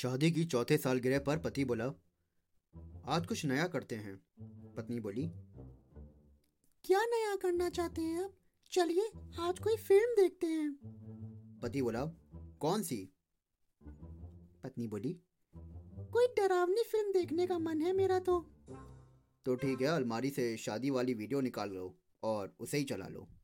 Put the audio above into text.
शादी की चौथे सालगिरह पर पति बोला आज कुछ नया करते हैं पत्नी बोली क्या नया करना चाहते हैं आप चलिए आज कोई फिल्म देखते हैं पति बोला कौन सी पत्नी बोली कोई डरावनी फिल्म देखने का मन है मेरा तो तो ठीक है अलमारी से शादी वाली वीडियो निकाल लो और उसे ही चला लो